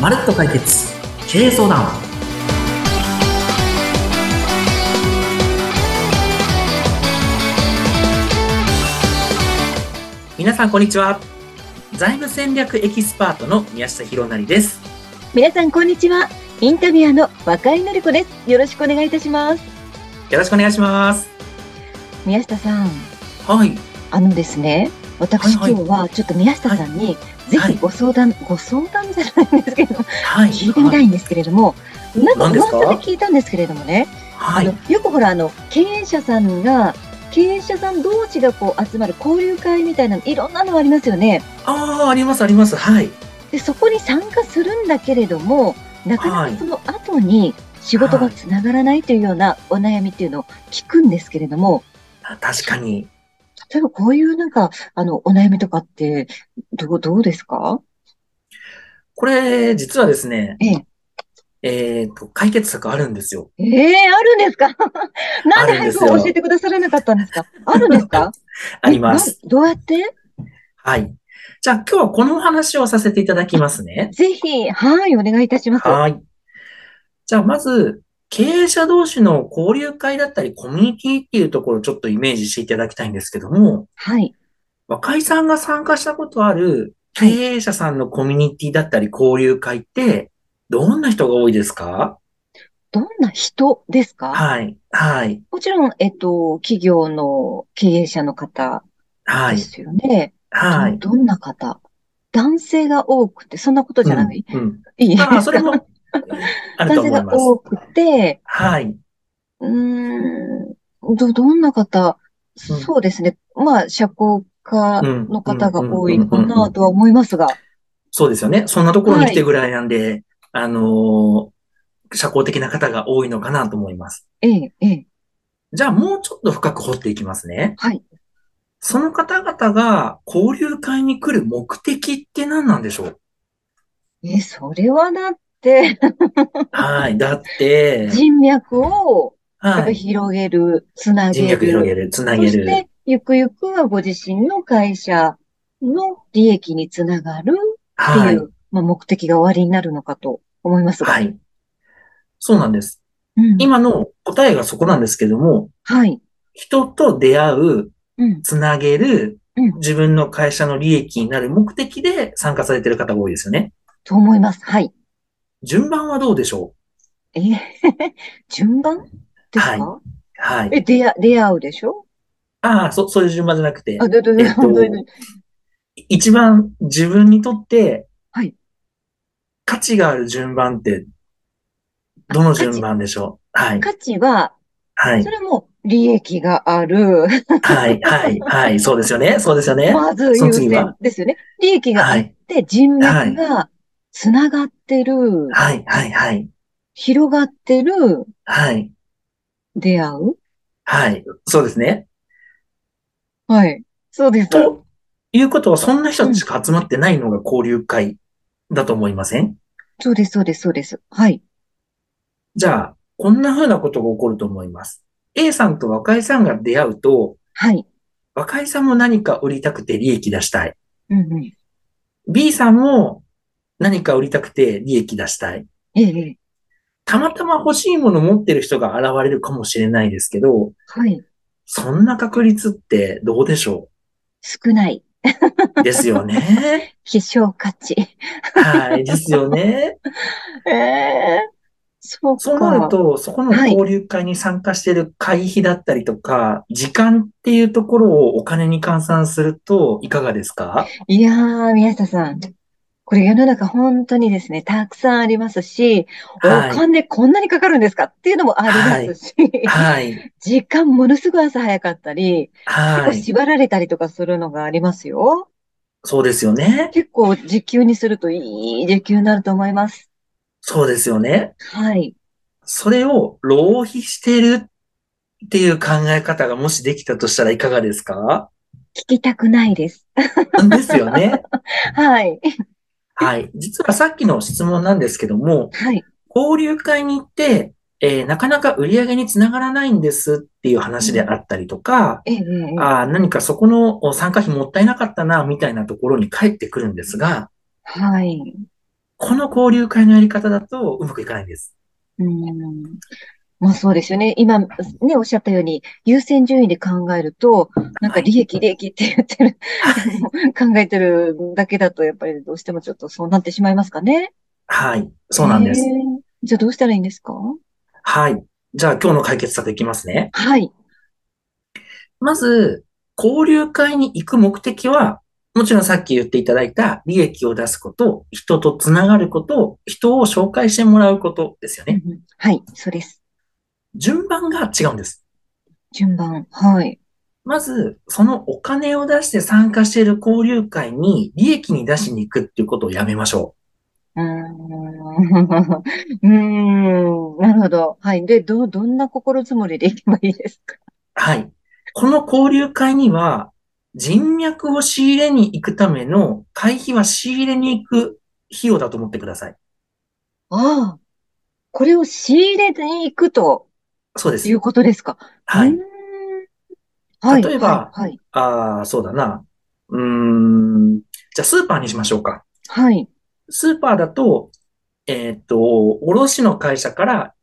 まるっと解決経営相談皆さんこんにちは財務戦略エキスパートの宮下博成です皆さんこんにちはインタビュアーの若井のり子ですよろしくお願いいたしますよろしくお願いします宮下さんはいあのですね私はいはい今日はちょっと宮下さんにぜはいひご相談、ご相談じゃないんですけれども はい聞いてみたいんですけれども、なんか何ですか噂で聞いたんですけれどもね、はい、あはいのよくほらあの経営者さんが経営者さん同士がこう集まる交流会みたいなのいろんなのありますよね。ああありますありますはいでそこに参加するんだけれどもなかなはかいその後に仕事がつながらないというようなお悩みっていうのを聞くんですけれども、あ確かに例えばこういうなんかあのお悩みとかってどうどうですか？これ実はですねえええっ、と解決策あるんですよええあるんですか？ なんであるんで早すくよ教えてくださらなかったんですか？あるんですか？ ありますえ。などうやって？はい。じゃあ今日はこのお話をさせていただきますね。ぜひはいお願いいたします。はい。じゃあまず、経営者同士の交流会だったりコミュニティっていうところをちょっとイメージしていただきたいんですけども、はい。若井さんが参加したことある経営者さんのコミュニティだったり交流会って、どんな人が多いですかどんな人ですかはい。はい。もちろん、えっと、企業の経営者の方はでい。すよね。はい。どんな方男性が多くて、そんなことじゃない、うん。うんいいああ、それも、あると男性思いがます。多くて、はい。うーん、ど、どんな方、うんそうですね。まあ、社交家の方が多いかうんうんうんうんうんうなんとは思いますが。そうですよね。そんなところに来てぐらいなんで、あのー社交的な方が多いのかなと思います。ええ、ええ、じゃあもうちょっと深く掘っていきますね。はい。その方々が交流会に来る目的って何なんでしょうえ、それはだって、はい。だ って、人脈をやっはぱい。広げる、つな人げ脈広る。げる、つなそげしる。て、ゆくゆくはご自身の会社の利益につながるって、。はいいうまあ、目的が終わりになるのかと思いますが。はい。そうなんです。うん、今の答えがそこなんですけども、はい。人と出会う、うん。つなげるうん、自分の会社の利益になる目的で参加されてる方が多いですよね。と思います。はい。順番はどうでしょうえー 順番ですか、はい。え、出会、出会うでしょああ、そ、そういう順番じゃなくてあ、、ど、ど、えっとど、ど、ど一番自分にとって、はい価値がある順番って、どの順番でしょうはい。価値は、はいそ。れも利益がある。はい。はい。はい。そうですよね。そうですよね。まずその優次先はですよね。利益があはっい。て、人脈がつながってる、はい。はい。はい。広がってる、はい。出会うはい。そうですね。はい。そうです。ということは、そんな人たちしか集まってないのが交流会だと思いませんそうです、そうです、そうです。はい。じゃあ、こんな風なことが起こると思います。A さんと若井さんが出会うと、はい。若井さんも何か売りたくて利益出したい。うんうん。 B さんも何か売りたくて利益出したい。ええええ、たまたま欲しいもの持ってる人が現れるかもしれないですけど、はい。そんな確率ってどうでしょ少ない。うですよ ね。希少価値。はい、ですよね。ええそうそうなるか。と、そこの交流会に参加してる会費だったりとか、時間っていうところをお金に換算するといかがですかいやー、宮下さん。これ世の中本当にですね、たくさんありますし、おは金こんなにかかるんですかっていうのもありますし、い。はい。 時間ものすごい朝早かったり、結は構い。縛られたりとかするのがありますよ。そうですよね。結構時給にするといい時給になると思います。そうですよね。はい。それを浪費してるっていう考え方がもしできたとしたらいかがですか聞きたくないです。ですよね。はい。はい。実はさっきの質問なんですけども、はい。交流会に行って、えーなかなか売り上げにつながらないんですっていう話であったりとか、ええええあー何かそこのお参加費もったいなかったな、みたいなところに帰ってくるんですが、はい。この交流会のやり方だとうまくいかないんです。うんまあそうですよね。今、ね、おっしゃったように、優先順位で考えると、なんか利益、利益って言ってる、 考えてるだけだと、やっぱりどうしてもちょっとそうなってしまいますかね。はい。そうなんですへ。ー。じゃあどうしたらいいんですかはい。じゃあ今日の解決策いきますね。はい。まず、交流会に行く目的は、もちろんさっき言っていただいた利益を出すこと、人とつながること、人を紹介してもらうことですようね。んうんはい、そうです。順番が違うんです。順番。はい。まず、そのお金を出して参加している交流会に利益に出しに行くっていうことをやめましょうーん。 うーん。なるほど。はい。で、どう、どんな心づもりでいけばいいですかう。はい。この交流会には、人脈を仕入れに行くための会費は仕入れに行く費用だと思ってください。ああ。これを仕入れに行くとそうですい。うことですかはうーいん。。はい。例えばはい。ああ、そうだな。うーん。じゃあ、スーパーにしましょうか。はい。はいスーパーだと、えーっと、卸の会社から、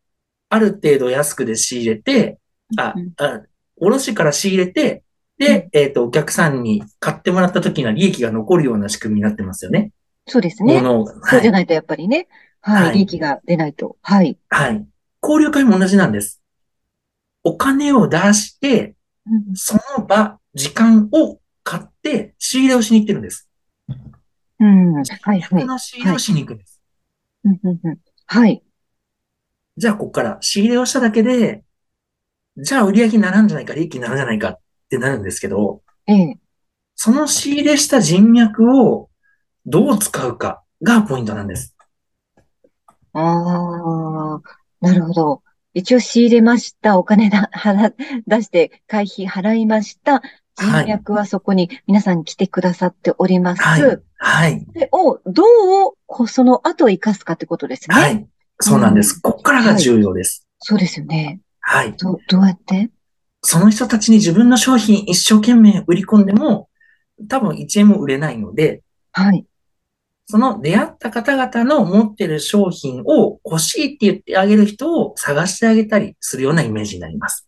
ある程度安くで仕入れて、あうん、あ、卸から仕入れて、で、えーっと、お客さんに買ってもらった時の利益が残るような仕組みになってますよね。そうですね。物をはそうじゃい。ないとやっぱりね。はい。はい利益が出ないと。はい。はい。交流会も同じなんです。お金を出して、うんその場、時間を買って、仕入れをしに行ってるんです。うん。はい、はい客。の仕入れをしに行くんです。うんうんうんはい。じゃあ、ここから仕入れをしただけで、じゃあ売り上げにならんじゃないか、利益にならんじゃないかってなるんですけど、ええ。その仕入れした人脈をどう使うかがポイントなんです。ああ、なるほど。一応仕入れました。お金だ、払、出して、会費払いました。はい人脈はそこに皆さん来てくださっております。はい。はい。それを、どう、こうその後活かすかってことですね。は。い。そうなんです。ここからが重要です。そうですよね。はい。どう、どうやってその人たちに自分の商品一生懸命売り込んでも、多分1円も売れないので、はい。その出会った方々の持ってる商品を欲しいって言ってあげる人を探してあげたりするようなイメージになります。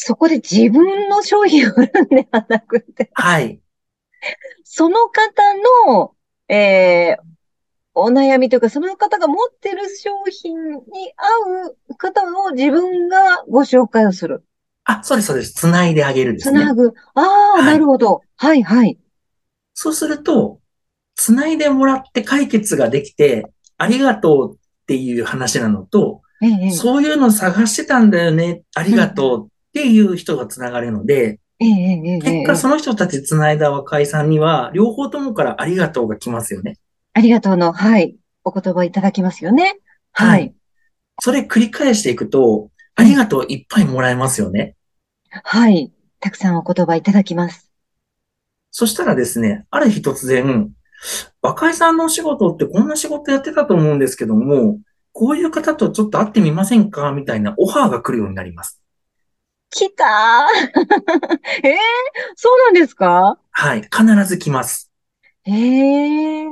そこで自分の商品を売るんではなくて、 はい。その方の、えー、お悩みというか、その方が持ってる商品に合う方を自分がご紹介をする。あ、そうです、そうです。つないであげるですつなね。ぐ。ああ、はいなるほど。はい、はい。そうすると、つないでもらって解決ができて、ありがとうっていう話なのと、ええ、ええそういうの探してたんだよね、ありがとうっていう人がつながるので、ええ、ええ、え結え。果その人たちつないだ若いさんには、両方ともからありがとうが来ますよね。ありがとうの、はい。お言葉いただきますよね。ははいい。それ繰り返していくと、ありがとういっぱいもらえますよね。はい。たくさんお言葉いただきます。そしたらですね、ある日突然、若井さんのお仕事ってこんな仕事やってたと思うんですけども、こういう方とちょっと会ってみませんかみたいなオファーが来るようになります。来 たーええそうなんですかはい。必ず来ます。ええ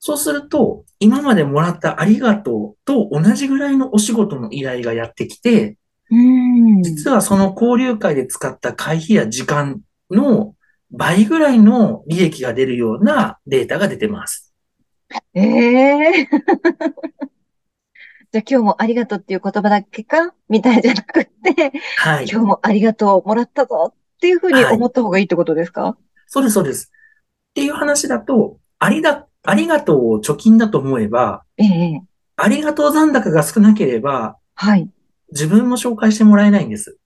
そうすると、今までもらったありがとうと同じぐらいのお仕事の依頼がやってきて、うん。実はその交流会で使った会費や時間の倍ぐらいの利益が出るようなデータが出てます。ええ じゃあ今日もありがとうっていう言葉だけかみたいじゃなくて、はい。今日もありがとうもらったぞっていうふうに思った方がいいってことですか、そうです、そうです。っていう話だと、ありだ、ありがとうを貯金だと思えば、ええ、ありがとう残高が少なければ、はい。自分も紹介してもらえないんです。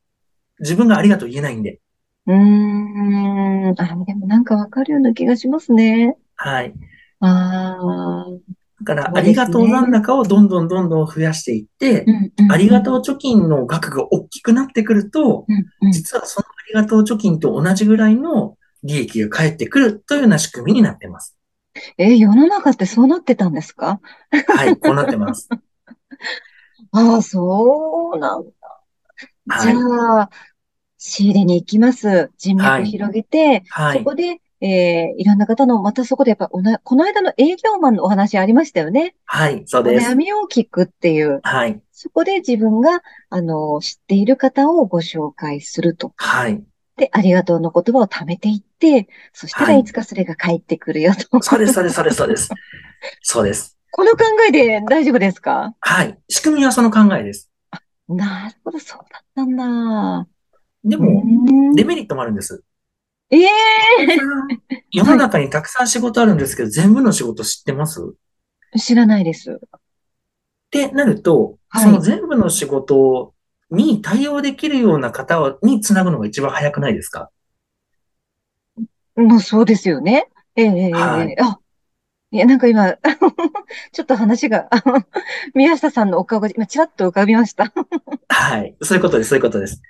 自分がありがとう言えないんで。うーん。あ、でもなんかわかるような気がしますね。はい。ああ。うんだかそら、うあでりすねがとう残高をどんどんどんどん増やしていって、うんありがとう貯金の額が大きくなってくると、うん。うん実はそのありがとう貯金と同じぐらいの利益が返ってくるというような仕組みになってます。え、世の中ってそうなってたんですかはい、こうなってます。ああ、そうなんだ。はじい。ゃあ、仕入れに行きます。人は脈い広げて、はそい。こで、えー、いろんな方の、またそこでやっぱおな、この間の営業マンのお話ありましたよね。はい、そうおです悩。みを聞くっていう。はい、そこで自分が、あの、知っている方をご紹介すると。はい。で、ありがとうの言葉を貯めていって、そしたはらいいつかそれが返ってくるよと。そうです、そうです、そうです、そうです。そうです。 この考えで大丈夫ですかはい。仕組みはその考えです。なるほど、そうだったんだ。でうも、んデメリットもあるんです。ええ世の中にたくさん仕事あるんですけど、全部の仕事知ってますっ知らないです。てなると、はいその全部の仕事に対応できるような方につなぐのが一番早くないですかもうそうですよね。ええええええはいあ、いや、なんか今、 ちょっと話が、 あの宮下さんのお顔が今、ちらっと浮かびました。はい。そういうことです、そういうことです。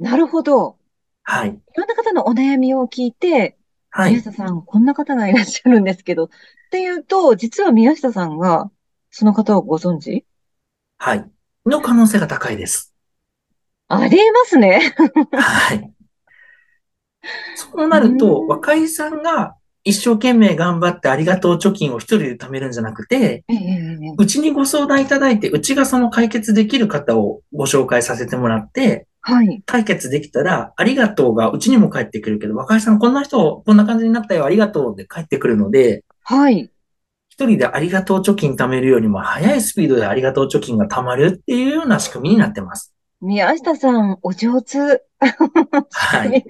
なるほど。はい。いろんな方のお悩みを聞いて、は宮い。下さん、こんな方がいらっしゃるんですけど、っていうと、実は宮下さんが、その方をご存知はい。の可能性が高いです。ありえますね。はい。そうなるとう、ん若井さんが一生懸命頑張ってありがとう貯金を一人で貯めるんじゃなくて、ええええええうちにご相談いただいて、うちがその解決できる方をご紹介させてもらって、はい。解決できたら、ありがとうがうちにも返ってくるけど、若井さんこんな人、こんな感じになったよ、ありがとうで返ってくるので、はい。一人でありがとう貯金貯めるよりも早いスピードでありがとう貯金が貯まるっていうような仕組みになってます。宮下さん、お上手。 はい。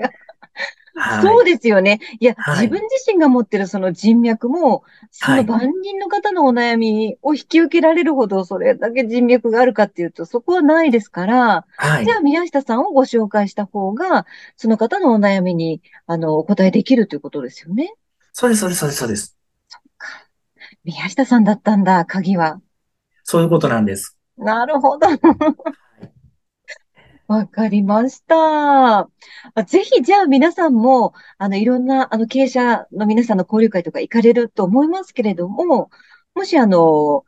はい。そうですよね。いや、はい自分自身が持ってるその人脈も、そはのい万人の方のお悩みを引き受けられるほど、それだけ人脈があるかっていうと、そこはないですから、はいじ。ゃあ宮下さんをご紹介した方が、その方のお悩みに、あの、お答えできるということですよね。そうです、そうです、そうです、そうです。宮下さんだったんだ、鍵は。そういうことなんです。なるほど。わかりました。あぜひ、じゃあ皆さんも、あの、いろんな、あの、経営者の皆さんの交流会とか行かれると思いますけれども、もし、あの、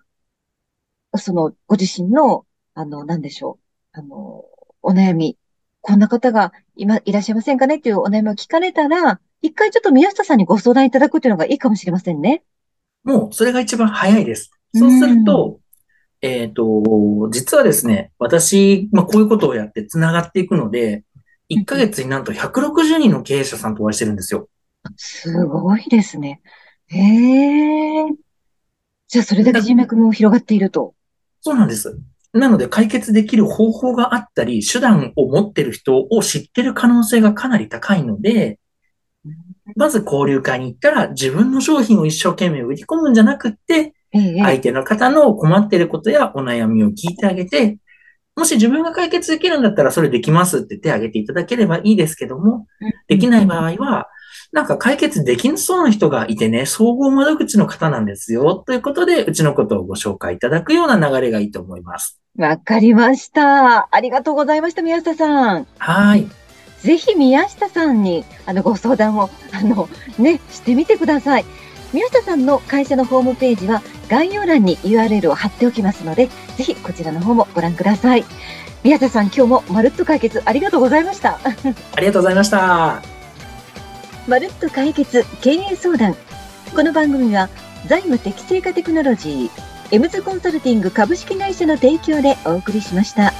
その、ご自身の、あの、なんでしょう、あの、お悩み、こんな方が今いらっしゃいませんかねっていうお悩みを聞かれたら、一回ちょっと宮下さんにご相談いただくというのがいいかもしれませんね。もう、それが一番早いです。そうすると、えっと、実はですね、私、まあ、こういうことをやって繋がっていくので、1ヶ月になんと160人の経営者さんとお会いしてるんですよ。すごいですね。へえ。じゃあ、それだけ人脈も広がっていると。そうなんです。なので、解決できる方法があったり、手段を持ってる人を知ってる可能性がかなり高いので、まず交流会に行ったら、自分の商品を一生懸命売り込むんじゃなくって、ええ、ええ相手の方の困ってることやお悩みを聞いてあげて、もし自分が解決できるんだったらそれできますって手を挙げていただければいいですけども、できない場合は、なんか解決できそうな人がいてね、総合窓口の方なんですよ、ということで、うちのことをご紹介いただくような流れがいいと思います。わかりました。ありがとうございました、宮下さん。はい。ぜひ宮下さんにあのご相談をあの、ね、してみてください。宮下さんの会社のホームページは概要欄に URL を貼っておきますので、ぜひこちらの方もご覧ください。宮下さん、今日もまるっと解決ありがとうございました。ありがとうございました。まるっと解決経営相談。この番組は財務適正化テクノロジー、エムズコンサルティング株式会社の提供でお送りしました。